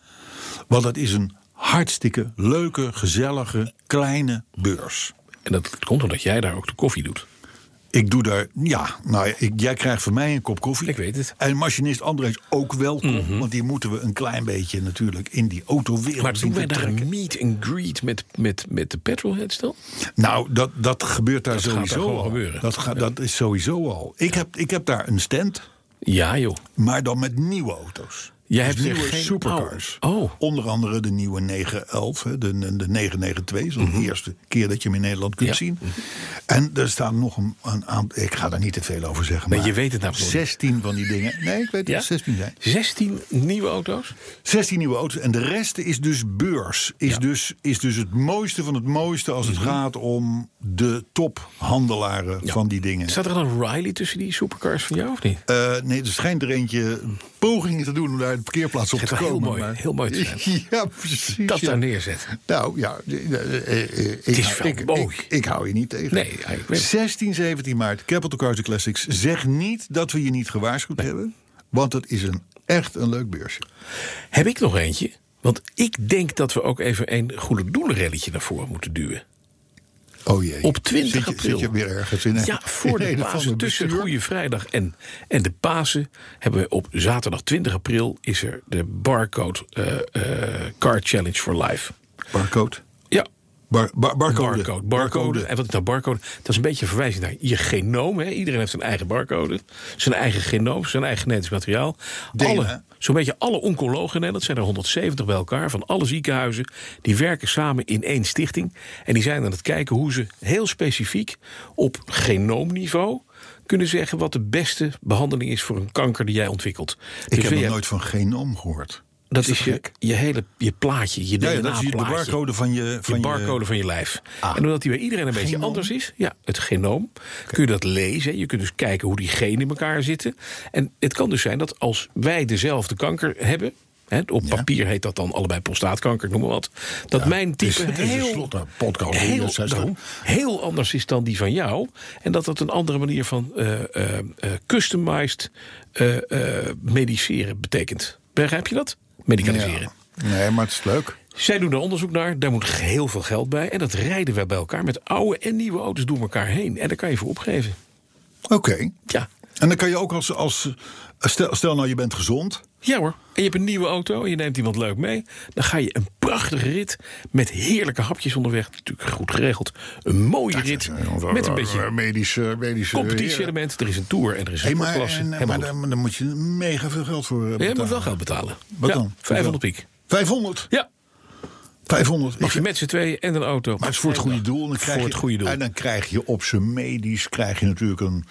Want dat is een hartstikke leuke, gezellige, kleine beurs. En dat komt omdat jij daar ook de koffie doet. Ik doe daar, ja, nou ja, ik- jij krijgt van mij een kop koffie. Ik weet het. Mhm. En machinist Andrés ook welkom, want die moeten we een klein beetje natuurlijk in die autowereld Maar zien doen te wij daar trekken. een meet and greet met, met, met de petrolheads dan? Nou, dat, dat gebeurt daar Dat gaat daar sowieso al. gewoon gebeuren. Dat, gaat, dat is sowieso al. Ik, heb, ik heb daar een stand, Ja, joh. maar dan met nieuwe auto's. Jij Dus hebt er nieuwe geen supercars. oude. Oh. Onder andere de nieuwe 911, hè, de, de 992. Dat is de eerste keer dat je hem in Nederland kunt Mhm. Ja. zien. En er staan nog een een aantal. Ik ga daar niet te veel over zeggen. Nee, maar je weet het nou gewoon niet. 16 van die dingen. Nee, ik weet dat Ja? het 16 zijn. 16 nieuwe auto's? 16 nieuwe auto's. En de rest is dus beurs. Is, dus, is dus het mooiste van het mooiste als Mhm. het gaat om de tophandelaren van die dingen. Staat er dan een Riley tussen die supercars van jou of niet? Eh, nee, er schijnt er eentje pogingen te doen om daar de parkeerplaats op te Schijnt wel komen. heel mooi- maar- heel mooi te zijn. ja, precies. Dat ja. daar neerzetten. Nou ja, eh, eh, eh, ik, is wel ik, mooi. ik, ik hou je niet tegen. Nee, ja, ik weet het. 16, 17 maart, Capital Cars and Classics. Zeg niet dat we je niet gewaarschuwd hebben, want het is een, echt een leuk beursje. Heb ik nog eentje? Want ik denk dat we ook even een goede doelenrelletje naar voren moeten duwen. Oh jee. Op 20 zit je, april. Zit je weer ergens in? Ja, voor de in een of Pasen, ander tussen bestuur? Goede Vrijdag en, en de Pasen... hebben we op zaterdag 20 april... is er de barcode eh, eh, Car Challenge for Life. Barcode. Ja, Bar, bar- barcode. Barcode. barcode. En wat is nou barcode? Dat is een beetje een verwijzing naar je genoom. Hè? Iedereen heeft zijn eigen barcode. Zijn eigen genoom, zijn eigen genetisch materiaal. DNA. Alle, Zo'n beetje alle oncologen in Nederland, zijn er 170 bij elkaar... van alle ziekenhuizen, die werken samen in één stichting. En die zijn aan het kijken hoe ze heel specifiek op genoomniveau... kunnen zeggen wat de beste behandeling is voor een kanker die jij ontwikkelt. Dus Ik heb wil nog jij- nooit van genoom gehoord. Dat dat is je, gek? je hele je plaatje, je Ja, DNA-plaatje ja, dat is de barcode van je... Van je barcode van je lijf. Ah. En omdat die bij iedereen een beetje anders is, ja, het genoom, kun je dat lezen. Je kunt dus kijken hoe die genen in elkaar zitten. En het kan dus zijn dat als wij dezelfde kanker hebben. Hè, op papier heet dat dan allebei prostaatkanker, ik noem maar wat. Dat mijn type het is heel, tenslotte podcast heel, 160. dan- heel anders is dan die van jou. En dat dat een andere manier van eh, eh, eh, customized eh, eh, mediceren betekent. Begrijp je dat? Medicaliseren. Ja. Nee, maar het is leuk. Zij doen daar onderzoek naar, daar moet heel veel geld bij. En dat rijden wij bij elkaar met oude en nieuwe auto's door elkaar heen. En daar kan je voor opgeven. Oké. Ja, En dan kan je ook als... als stel, stel nou, je bent gezond. ja hoor. En je hebt een nieuwe auto en je neemt iemand leuk mee. Dan ga je een prachtige rit met heerlijke hapjes onderweg. Natuurlijk goed geregeld. Een mooie rit met een beetje Medische... medische competitie-element. Er is een tour en er is eh, Hey, een maar klasse. en, maar Helemaal goed. daar- maar dan moet je mega veel geld voor eh, Ja, betalen. je moet wel geld betalen. Wat ja, dan? 500 piek. 500? Ja, 500. mag je Ik- met z'n tweeën en een auto. Maar het is voor het goede doel. En dan krijg Voor het je- goede doel. En dan krijg je op zijn medisch krijg je natuurlijk een,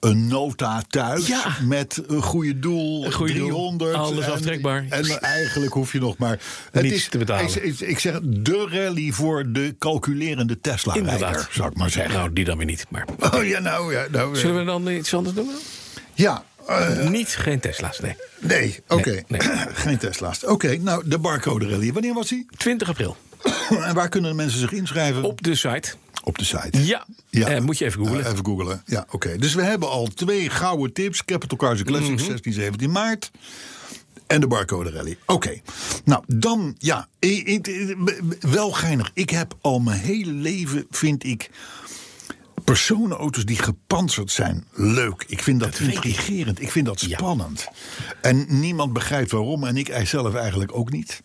een nota thuis. Ja. Met een goede doel, Een goede doel. 300. Alles en, aftrekbaar. En eigenlijk hoef je nog maar... Het Niets te betalen. Ik, ik- ik zeg de rally voor de calculerende Tesla-rijder, Inderdaad. zou ik maar zeggen. Nou, die dan weer niet. Maar Oh ja, nou ja. Nou, eh, Zullen we dan iets anders doen? Ja, eh, Niet geen Tesla's, nee. nee, oké. nee. Geen Tesla's. Oké, nou, de barcode-rally. Wanneer was die? 20 april. en waar kunnen de mensen zich inschrijven? Op de site. Op de site. Ja. Eh, moet je even googlen. Eh, even googlen. Ja, oké. Dus we hebben al twee gouden tips. Capital Cars and Classics 16, 17 maart. En de barcode rally. Oké. Nou, dan, ja. i- i- i- b- Wel geinig. Ik heb al mijn hele leven, vind ik... Personenauto's die gepantserd zijn, leuk. Ik vind dat, intrigerend. Ik vind dat spannend. En niemand begrijpt waarom. En ik zelf eigenlijk ook niet.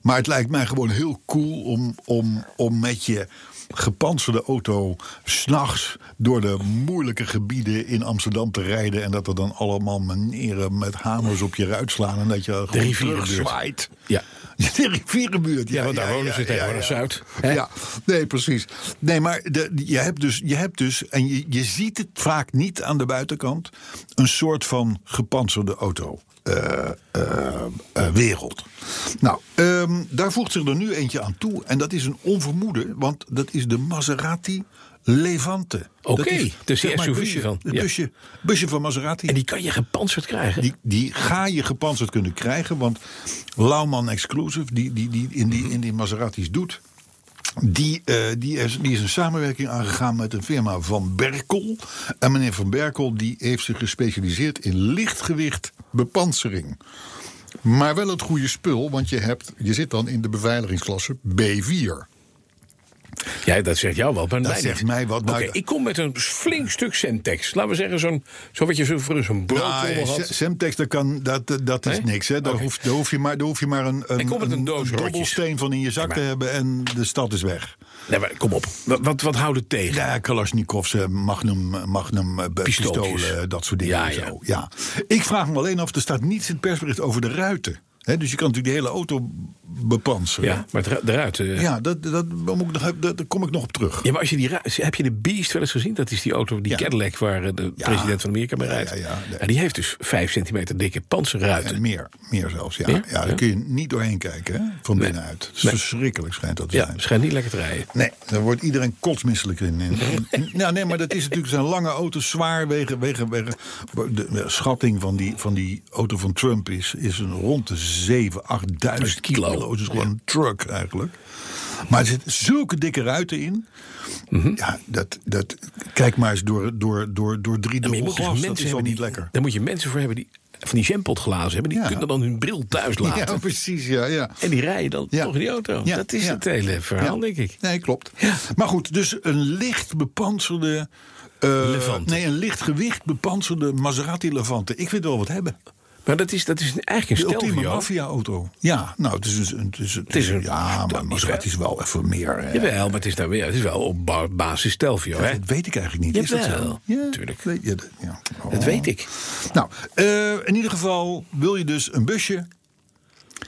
Maar het lijkt mij gewoon heel cool om, om, om met je gepantserde auto s'nachts door de moeilijke gebieden in Amsterdam te rijden. En dat er dan allemaal meneren met hamers op je ruit slaan. En dat je gewoon rivierenbuurt. terugzwaait. Ja. De rivierenbuurt. Ja, Ja, want daar wonen ze tegenwoordig, Zuid, hè? Ja, nee, precies. Nee, maar de, je, hebt dus, je hebt dus, en je, je ziet het vaak niet aan de buitenkant, een soort van gepantserde auto. eh, eh, eh, wereld. Nou, ehm, daar voegt zich er nu eentje aan toe. En dat is een onvermoede, want dat is de Maserati Levante. Dat Oké, is, dus die zeg maar, SUV busje, van, Het ja. busje, busje van Maserati. En die kan je gepantserd krijgen. Die, die ga je gepantserd kunnen krijgen. Want Lauwman Exclusive, die, die, die, in, die in die Maseratis doet. Die, eh, die, is, die is een samenwerking aangegaan met een firma van Berkel. En meneer Van Berkel die heeft zich gespecialiseerd in lichtgewicht bepansering. Maar wel het goede spul, want je, hebt, je zit dan in de beveiligingsklasse B4. Ja, dat zegt jou wat, maar Dat mij zegt niet. mij wat, Oké, nou- ik kom met een flink stuk Semtex. Laten we zeggen, zo'n, zo wat je zo voor een broodkommel Nou, had. Sem- Semtex, dat, kan, dat, dat is Nee? niks. Hè? Daar, Oké. hoef, daar, hoef je maar, daar hoef je maar een, Ik kom een, met een doos rotjes. dobbelsteen van in je zak maar- te hebben en de stad is weg. Nee, maar kom op. Wat, wat, wat houdt het tegen? Ja, Kalashnikovs, eh, magnum, magnum eh, be- Pistooltjes. pistolen, dat soort dingen. Ja, en zo. ja. Ja. Ik vraag me alleen af, er staat niets in het persbericht over de ruiten. hè dus je kan natuurlijk de hele auto bepanseren. Ja, maar het ra- eruit. eh. Ja, dat, dat, daar moet ik nog- daar- daar kom ik nog op terug. Ja, maar als je die ra- heb je de Beast wel eens gezien? Dat is die auto, die Ja. Cadillac, waar eh, de president van Amerika mee Ja, rijdt. ja, ja, nee. En die heeft dus vijf centimeter dikke panzerruiten. En meer, meer zelfs, ja. Ja? ja? Ja. daar kun je niet doorheen kijken, hè, van Nee. binnenuit. Het is Nee. verschrikkelijk, schijnt dat te ja, zijn. schijnt niet lekker te rijden. Nee, daar wordt iedereen kotsmisselijk in. in, in- nou, nee, maar dat is natuurlijk zijn lange auto's zwaar wegen. wegen, wegen. De, de schatting van die, van die auto van Trump is, is een rond de 7, 8000 kilo. kilo. Oh, Het is gewoon een truck eigenlijk. Maar er zitten zulke dikke ruiten in. Mhm. Ja, dat, dat, kijk maar eens door, door, door, door drie Maar je dubbel moet dus glas. Dat mensen is al hebben niet die- lekker. Daar moet je mensen voor hebben die van die jampotglazen hebben. Die Ja. kunnen dan hun bril thuis laten. Ja, precies. Ja, ja. En die rijden dan Ja. toch in die auto. Ja, Dat is ja. het hele verhaal, Ja. denk ik. Nee, klopt. Ja. Maar goed, dus een licht bepanserde. eh, Levante. nee, een lichtgewicht bepanserde Maserati Levante. Ik wil wel wat hebben. Maar dat is, dat is eigenlijk De een ultieme stelvio. maffia-auto. Ja, nou, het is, dus een- het is, het is een- Ja, dat maar niet, Maserati is wel even meer. hè. Jawel, maar het is, daar weer, het is wel op ba- basis stelvio. hè? Dat weet ik eigenlijk niet. is dat Jawel, zo? Ja, tuurlijk. Weet je, dat- ja. Oh. Dat weet ik. Nou, eh, in ieder geval wil je dus een busje.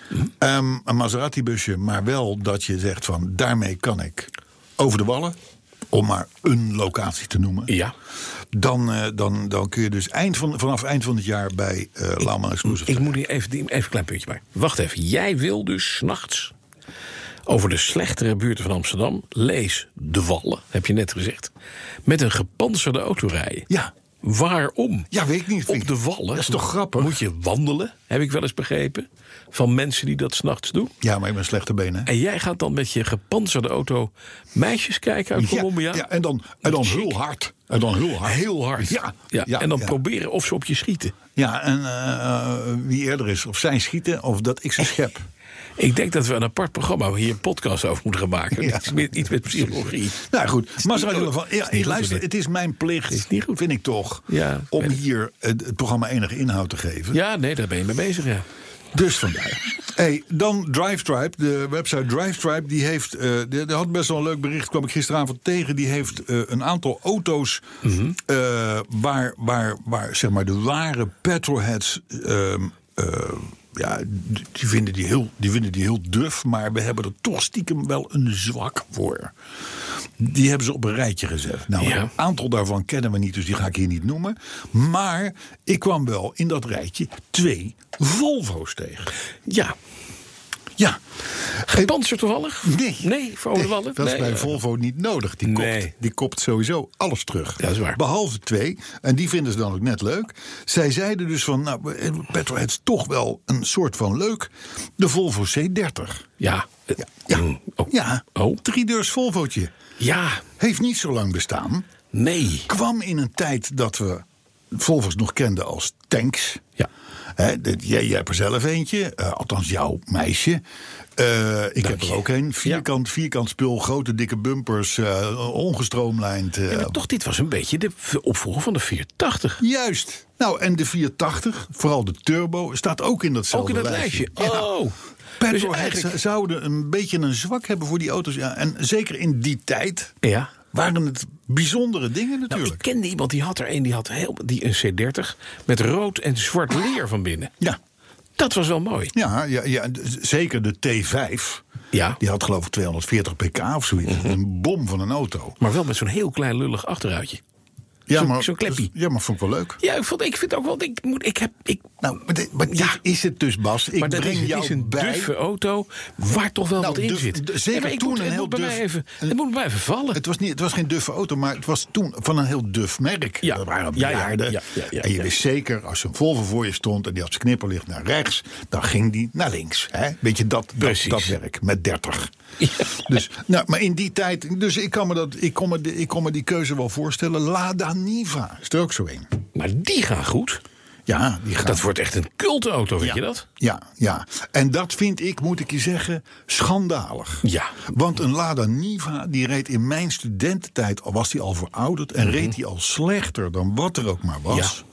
Hm? Ehm, een Maserati-busje, maar wel dat je zegt van daarmee kan ik over de wallen. Om maar een locatie te noemen. Ja. Dan, eh, dan, dan kun je dus eind van, vanaf eind van het jaar bij eh Lauwman Exclusive. Ik moet hier even, die- even een klein puntje bij. Wacht even. Jij wil dus 's nachts over de slechtere buurten van Amsterdam... lees de Wallen, heb je net gezegd... met een gepantserde auto rijden. Ja. Waarom? Ja, weet ik niet, Op Fink. de Wallen Dat is toch grappig? moet je wandelen, heb ik wel eens begrepen... van mensen die dat s'nachts doen. Ja, maar ik ben slechte benen. hè? En jij gaat dan met je gepantserde auto meisjes kijken uit Colombia. Ja, ja, en dan, en dan Chic. heel hard. En dan heel hard. Heel hard. Ja, ja, ja, en dan ja. proberen of ze op je schieten. Ja, en eh, wie eerder is. Of zij schieten, of dat ik ze schep. Ik denk dat we een apart programma hier een podcast over moeten gaan maken. Ja. Iets, met, iets met psychologie. Nou goed, Maserati goed. Levante. Ja, Is niet goed, luister, dit. het is mijn plicht, Is niet goed. vind ik toch, Ja, om weet ik. hier het, het programma enige inhoud te geven. Ja, nee, daar ben je mee bezig, ja. Dus vandaar. Hey, dan DriveTribe, de website DriveTribe, die heeft, eh die, die had best wel een leuk bericht, kwam ik gisteravond tegen. Die heeft eh, een aantal auto's eh, waar, waar, waar zeg maar de ware petrolheads, ehm, eh, ja, d- die vinden die, heel, die vinden die heel duf, maar we hebben er toch stiekem wel een zwak voor. Die hebben ze op een rijtje gezet. Nou, Ja. een aantal daarvan kennen we niet, dus die ga ik hier niet noemen. Maar ik kwam wel in dat rijtje twee Volvo's tegen. Ja, Ja. gepantserd toevallig? Nee. Nee, voor over de wallen? Dat is Nee, bij eh, Volvo niet nodig. Die, Nee. kopt, die kopt sowieso alles terug. Dat is waar. Behalve twee. En die vinden ze dan ook net leuk. Zij zeiden dus van, nou, petrolhead is toch wel een soort van leuk. De Volvo C30. Ja. Ja, Mm, Oh. ja. Oh. driedeurs Volvootje. Ja. Heeft niet zo lang bestaan. Nee. Kwam in een tijd dat we Volvo's nog kenden als tanks. Ja. Hè, dit- jij, jij hebt er zelf eentje, eh, althans jouw meisje. Eh, ik heb je. er ook een. Vierkant, vierkant spul, grote dikke bumpers, eh, ongestroomlijnd. eh, Ja, maar toch, dit was een beetje de opvolger van de 480. Juist. Nou, en de 480, vooral de turbo, staat ook in datzelfde Ook in dat lijstje. Oh. Petrolheads eh, eigenlijk- zouden een beetje een zwak hebben voor die auto's. Ja. En zeker in die tijd Ja. waren het bijzondere dingen Nou, ik natuurlijk. kende iemand die had er een, die had heel, die een C30 met rood en zwart leer van binnen. ja. Dat was wel mooi. Ja, ja, ja, d- zeker de T5. Ja. Mhm. Die had geloof ik 240 pk of zoiets. Een bom van een auto. Maar wel met zo'n heel klein lullig achteruitje. Ja, Zo'n- zo'n kleppie. Ja, maar vond ik wel leuk. Ja, ik, vond, ik vind ook wel, ik, moet, ik heb, ik, Nou, maar, dit, maar dit Ja. is het dus, Bas. Ik maar dat is, breng het jou is een bij. duffe auto waar toch wel Nou, wat in duf- zit. d- zeker maar ik toen moet, een het heel moet bij mij duf- even, Het moet bij mij even vallen. Het was, niet, het was geen duffe auto, maar het was toen van een heel duf merk. Ja. Dat waren Ja, ja, bejaarden. ja, ja, ja, en je ja. wist zeker, als een Volvo voor je stond... en die had zijn knipperlicht naar rechts, dan ging die naar links. Hè? Weet je, dat, dat, Precies. dat werk met 30. Ja. Dus, nou, maar in die tijd... Dus ik kan, me dat, ik, kon me, die- ik kon me die keuze wel voorstellen. Lada Niva is er ook zo in. Maar die gaan goed. Ja, die gaat. Dat wordt echt een cultauto, weet Ja. je dat? Ja, ja. En dat vind ik, moet ik je zeggen, schandalig. Ja. Want een Lada Niva, die reed in mijn studententijd, al was die al verouderd... Mhm. en reed die al slechter dan wat er ook maar was.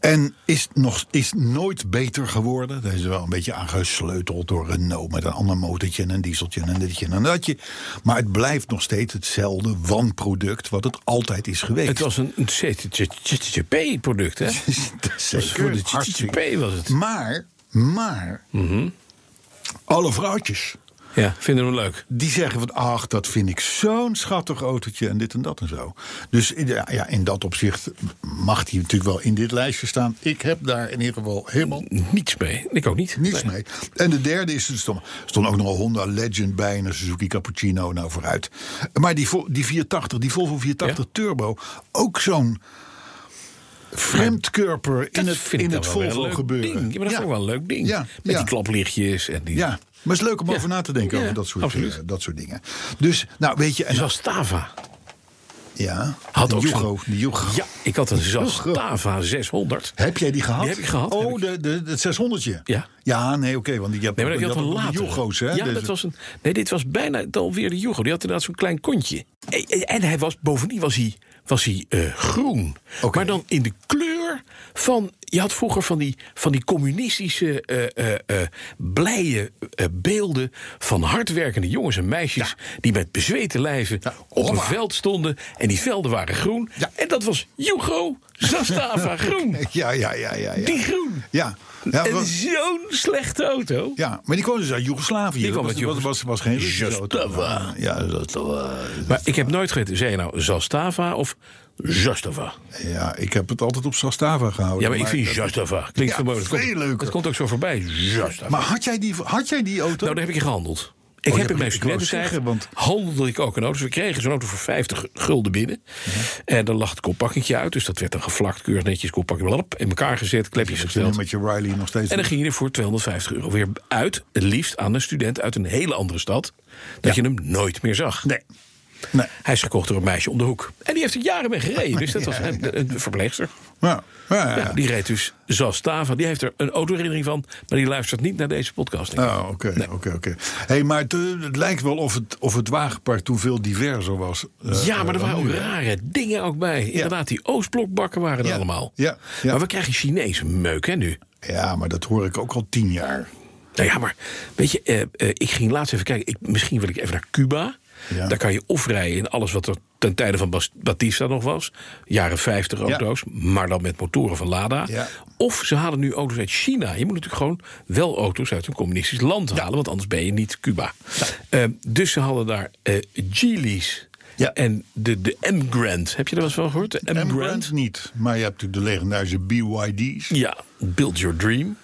En is, nog, is nooit beter geworden. Dat is wel een beetje aangesleuteld door Renault... met een ander motortje en een dieseltje en een ditje en een datje. Maar het blijft nog steeds hetzelfde wanproduct... wat het altijd is geweest. Het was een, een CTCP-product, hè? Voor de Hartstikke. CTCP was het. Maar, maar... Mhm. Alle vrouwtjes... Ja, vinden we hem leuk. die zeggen van ach, dat vind ik zo'n schattig autootje en dit en dat en zo. Dus ja, ja, in dat opzicht mag die natuurlijk wel in dit lijstje staan. Ik heb daar in ieder geval helemaal Niets mee. Ik ook niet. niets Nee. mee. En de derde is, er stond, stond ook nog een Honda Legend bij en een Suzuki Cappuccino nou vooruit. Maar die, Vol- die 480, die Volvo 480 Turbo, ook zo'n vreemdkurper in Dat het, vind ik in dan het wel weer een Volvo leuk gebeuren. Ding. Ja, maar dat is ook wel een leuk ding. Ja, Met ja. die klaplichtjes en die... Ja, maar het is leuk om Ja. over na te denken Ja, over dat soort, absoluut. eh, dat soort dingen. Dus, nou weet je... En Zastava. Ja, Had een ook Jugo, zo'n- die Jugo. Ja, ik had een Zastava 600. Heb jij die gehad? Die heb ik gehad, Oh, heb ik. de, de, het 600je. Ja. Ja, nee, oké, want die had, Nee, maar die dat had een ook die later. Jugo's, hè? Ja, Dus- dat was een, nee, dit was bijna alweer de Jugo. Die had inderdaad zo'n klein kontje. En, en- en hij was, bovendien was hij, was hij eh, groen. Oké. Maar dan in de kleur van... Je had vroeger van die, van die communistische, eh, eh, eh, blije eh, beelden... van hardwerkende jongens en meisjes... die met bezweten lijven op een hoppa. veld stonden. En die velden waren groen. Ja. En dat was Jugo Zastava groen. Ja, ja, ja, ja. ja. Die groen. Ja. Ja, en was- zo'n slechte auto. ja, maar die kwam dus uit Joegoslavië. Die kwam Dat uit was, was, was, was geen Russische Justava. auto. Ja, Justava. Maar ik heb nooit geweten, zei je nou Zastava of Zastava? Ja, ik heb het altijd op Sastava gehouden. Ja, maar ik vind Zastava. Klinkt Ja, vermoedelijk. veel leuker. Dat komt ook zo voorbij. Zastava. Maar Oh, had jij die, had jij die auto? nou, daar heb ik in gehandeld. Ik ja, heb in maar mijn ik wou studententijd zeggen, want- handelde ik ook een auto. Dus we kregen zo'n auto voor 50 gulden binnen. Mhm. En dan lag het koppakkertje uit. Dus dat werd dan gevlakt, keurig netjes koppakje blap, in elkaar gezet, klepjes Nu gesteld. met je Riley nog steeds. En dan ging je er voor 250 euro weer uit. Het liefst aan een student uit een hele andere stad. Dat je hem nooit meer zag. Nee. Nee. Hij is gekocht door een meisje om de hoek. En die heeft er jaren mee gereden. Dus dat was een, een verpleegster. Ja, ja, ja. Ja, die reed dus Zastava. Die heeft er een autoherinnering van. Maar die luistert niet naar deze podcast. denk ik. Oh, oké, oké, oké. Hé, maar het, eh, het lijkt wel of het, of het wagenpark toen veel diverser was. eh, ja, maar er dan waren ook nu, hè? rare dingen ook bij. Inderdaad, die Oostblokbakken waren er Ja, allemaal. ja, ja. Maar we krijgen Chinees meuk, hè, nu. Ja, maar dat hoor ik ook al tien jaar. Nou ja, maar weet je, eh, eh, ik ging laatst even kijken. Ik, misschien wil ik even naar Cuba. Ja. Daar kan je ofrijden in alles wat er ten tijde van Bas- Batista nog was. Jaren 50 auto's, maar dan met motoren van Lada. Ja. Of ze halen nu auto's uit China. Je moet natuurlijk gewoon wel auto's uit een communistisch land halen. Want anders ben je niet Cuba. Eh, dus ze hadden daar eh Geely's. Ja. En de, de M-Grand. Heb je daar wel eens van gehoord? De M-Grand? M-Brand niet. Maar je hebt natuurlijk de legendarische BYD's. Ja, Build Your Dream.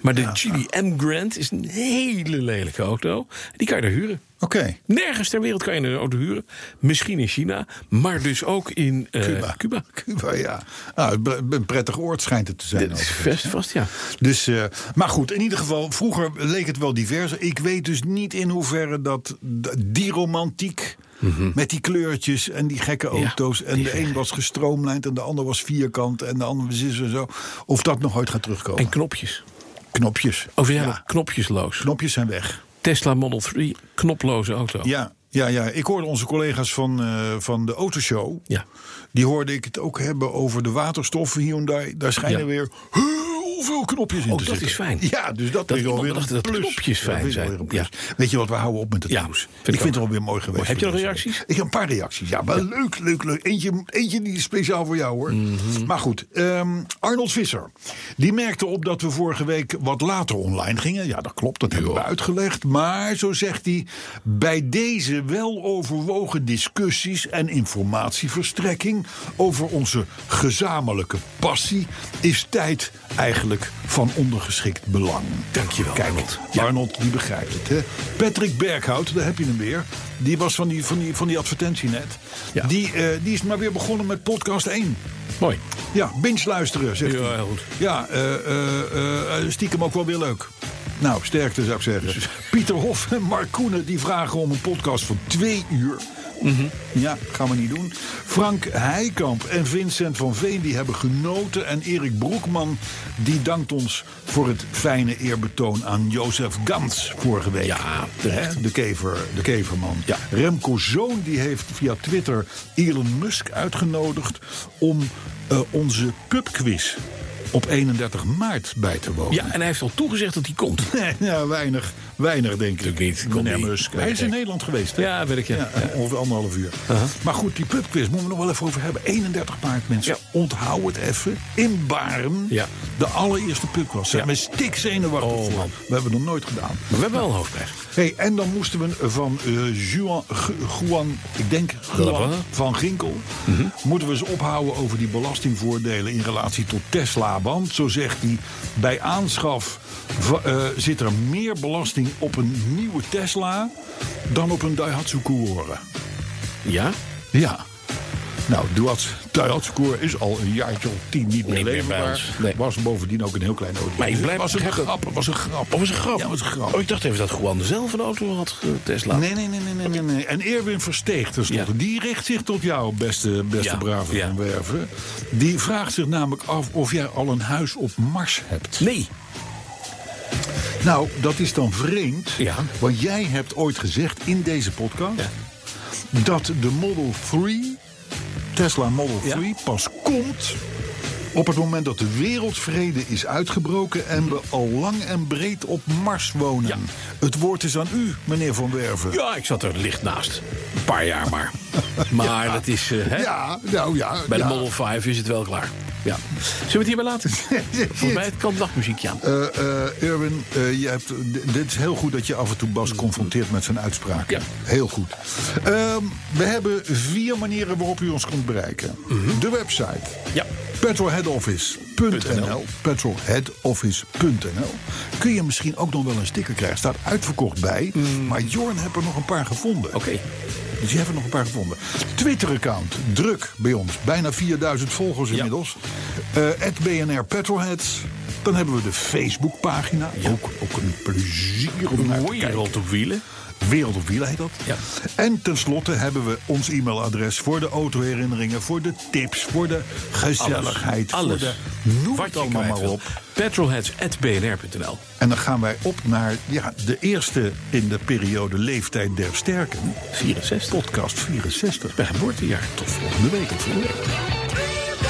Maar de Geely M Grand is een hele lelijke auto. Die kan je daar huren. Oké. Nergens ter wereld kan je een auto huren. Misschien in China, maar dus ook in eh, Cuba. Cuba. Cuba, ja. Nou, het ble- een prettig oord schijnt het te zijn. Dat is overigens. vast, vast, ja. Dus, eh, maar goed, in ieder geval, vroeger leek het wel diverser. Ik weet dus niet in hoeverre dat d- die romantiek... Met die kleurtjes en die gekke auto's. en Mhm. die de gekke- een was gestroomlijnd en de ander was vierkant. En de ander was zus en zo. Of dat nog ooit gaat terugkomen. En Oh, knopjes. knopjes. Of we zijn Ja, nog knopjesloos. knopjes zijn weg. Tesla Model 3, knoploze auto. Ja, ja, ja. ik hoorde onze collega's van, eh, van de autoshow. Ja. Die hoorde ik het ook hebben over de waterstof Hyundai. Daar schijnen Ja. weer heel veel knopjes in Oh, te dat zitten. is fijn. Ja, dus dat, Dat is iemand alweer een dacht dat plus. knopjes Dat fijn is alweer zijn. een plus. Weet je wat, we houden op met het Ja, nieuws. vind ik ik vind het ook. alweer mooi geweest. Heb je voor nog deze reacties? week. Ik heb een paar reacties. Ja, maar leuk, leuk, leuk. Eentje, eentje die is speciaal voor jou hoor. Mhm. Maar goed, ehm, Arnold Visser. Die merkte op dat we vorige week wat later online gingen. Ja, dat klopt, dat hebben we uitgelegd. Maar zo zegt hij, bij deze wel overwogen discussies en informatieverstrekking over onze gezamenlijke passie is tijd eigenlijk van ondergeschikt belang. Dankjewel. Kijk, Arnold. Arnold die begrijpt het. Hè? Patrick Berghout, daar heb je hem weer. Die was van die, van die, van die advertentie net. Ja. Die, eh, die is maar weer begonnen met podcast 1. Mooi. Ja, binge luisteren, zegt Ja, hij. heel goed. Ja, eh, eh, eh, stiekem ook wel weer leuk. Nou, sterkte zou ik zeggen. Pieter Hof en Mark Koenen die vragen om een podcast van twee uur. Ja, gaan we niet doen. Frank Heikamp en Vincent van Veen die hebben genoten. En Erik Broekman die dankt ons voor het fijne eerbetoon aan Jozef Gans vorige week. Ja, terecht. De, kever, de keverman. Ja. Remco Zoon die heeft via Twitter Elon Musk uitgenodigd om eh, onze pubquiz op 31 maart bij te wonen. Ja, en hij heeft al toegezegd dat hij komt. Nee, ja, weinig, weinig denk ik. Natuurlijk niet, komt Meneer niet. Musk. Nee, Hij is in nee. Nederland geweest. hè? eh, Ja, Uh-huh. weet ik, ja. Ja. Ongeveer anderhalf uur. Maar goed, die pubquiz moeten we nog wel even over hebben. 31 maart, mensen. Onthoud het even. In Baren. Ja. De allereerste pubquiz. Zijn Ja. we stikzenuwachtig Oh, voor. man. We hebben het nog nooit gedaan. Maar we hebben wel een hoofdprijs. Hey, en dan moesten we van eh Juan, G- Juan, ik denk Juan Galapa. van Ginkel... Mhm. moeten we eens ophouden over die belastingvoordelen in relatie tot Tesla. Want, zo zegt hij, bij aanschaf va- eh, zit er meer belasting op een nieuwe Tesla... dan op een Daihatsu Couore. Ja? Ja. Nou, Duats Tuihatscoor is al een jaartje of tien niet meer Niet meer bij leefbaar. ons. Nee. Was bovendien ook een heel klein auto. Maar ik blijf- was een begrijp dat- grap, was een grap. Of was een grap? Ja, was een grap. Oh, ik dacht even dat Juan zelf een auto had, eh, Tesla. Nee, nee, nee, nee, nee, nee, nee. En Erwin Versteeg, tenslotte, Ja. die richt zich tot jou, beste, beste Ja, brave ja. van Werven. Die vraagt zich namelijk af of jij al een huis op Mars hebt. Nee. Nou, dat is dan vreemd, Ja. want jij hebt ooit gezegd in deze podcast... dat de Model 3, Tesla Model 3, pas komt... op het moment dat de wereldvrede is uitgebroken... en we al lang en breed op Mars wonen. Ja. Het woord is aan u, meneer Van Werven. Ja, ik zat er licht naast. Een paar jaar maar. Maar dat is... eh, hè? Ja, nou ja. Bij ja. de Model 5 is het wel klaar. Ja. Zullen we het hierbij laten? Volgens mij het kan nachtmuziek, ja. Eh, eh, Erwin, eh, je hebt, d- dit is heel goed dat je af en toe Bas confronteert met zijn uitspraken. Ja. Heel goed. Ehm, we hebben vier manieren waarop u ons kunt bereiken. De website. Mhm. Ja. petrolheadoffice.nl petrolheadoffice.nl Kun je misschien ook nog wel een sticker krijgen. Staat uitverkocht bij, maar Jorn heeft er nog een paar gevonden. Mhm. Oké. Dus die hebben nog een paar gevonden. Twitter-account, druk bij ons. Bijna 4000 volgers inmiddels. Eh, Het BNR Petrolheads. Dan hebben we de Facebookpagina. Ook, ook een plezier om naar te kijken. Wereld op wielen. Wereld op wielen heet dat. Ja. En tenslotte hebben we ons e-mailadres voor de autoherinneringen, voor de tips, voor de gezelligheid. Alles. Voor de, noem Wat het je allemaal kwijt maar wil. op. Petrolheads.bnr.nl En dan gaan wij op naar ja, de eerste in de periode Leeftijd der Sterken. 64. Podcast 64. Bij geboortejaar. Tot volgende week. Tot volgende week.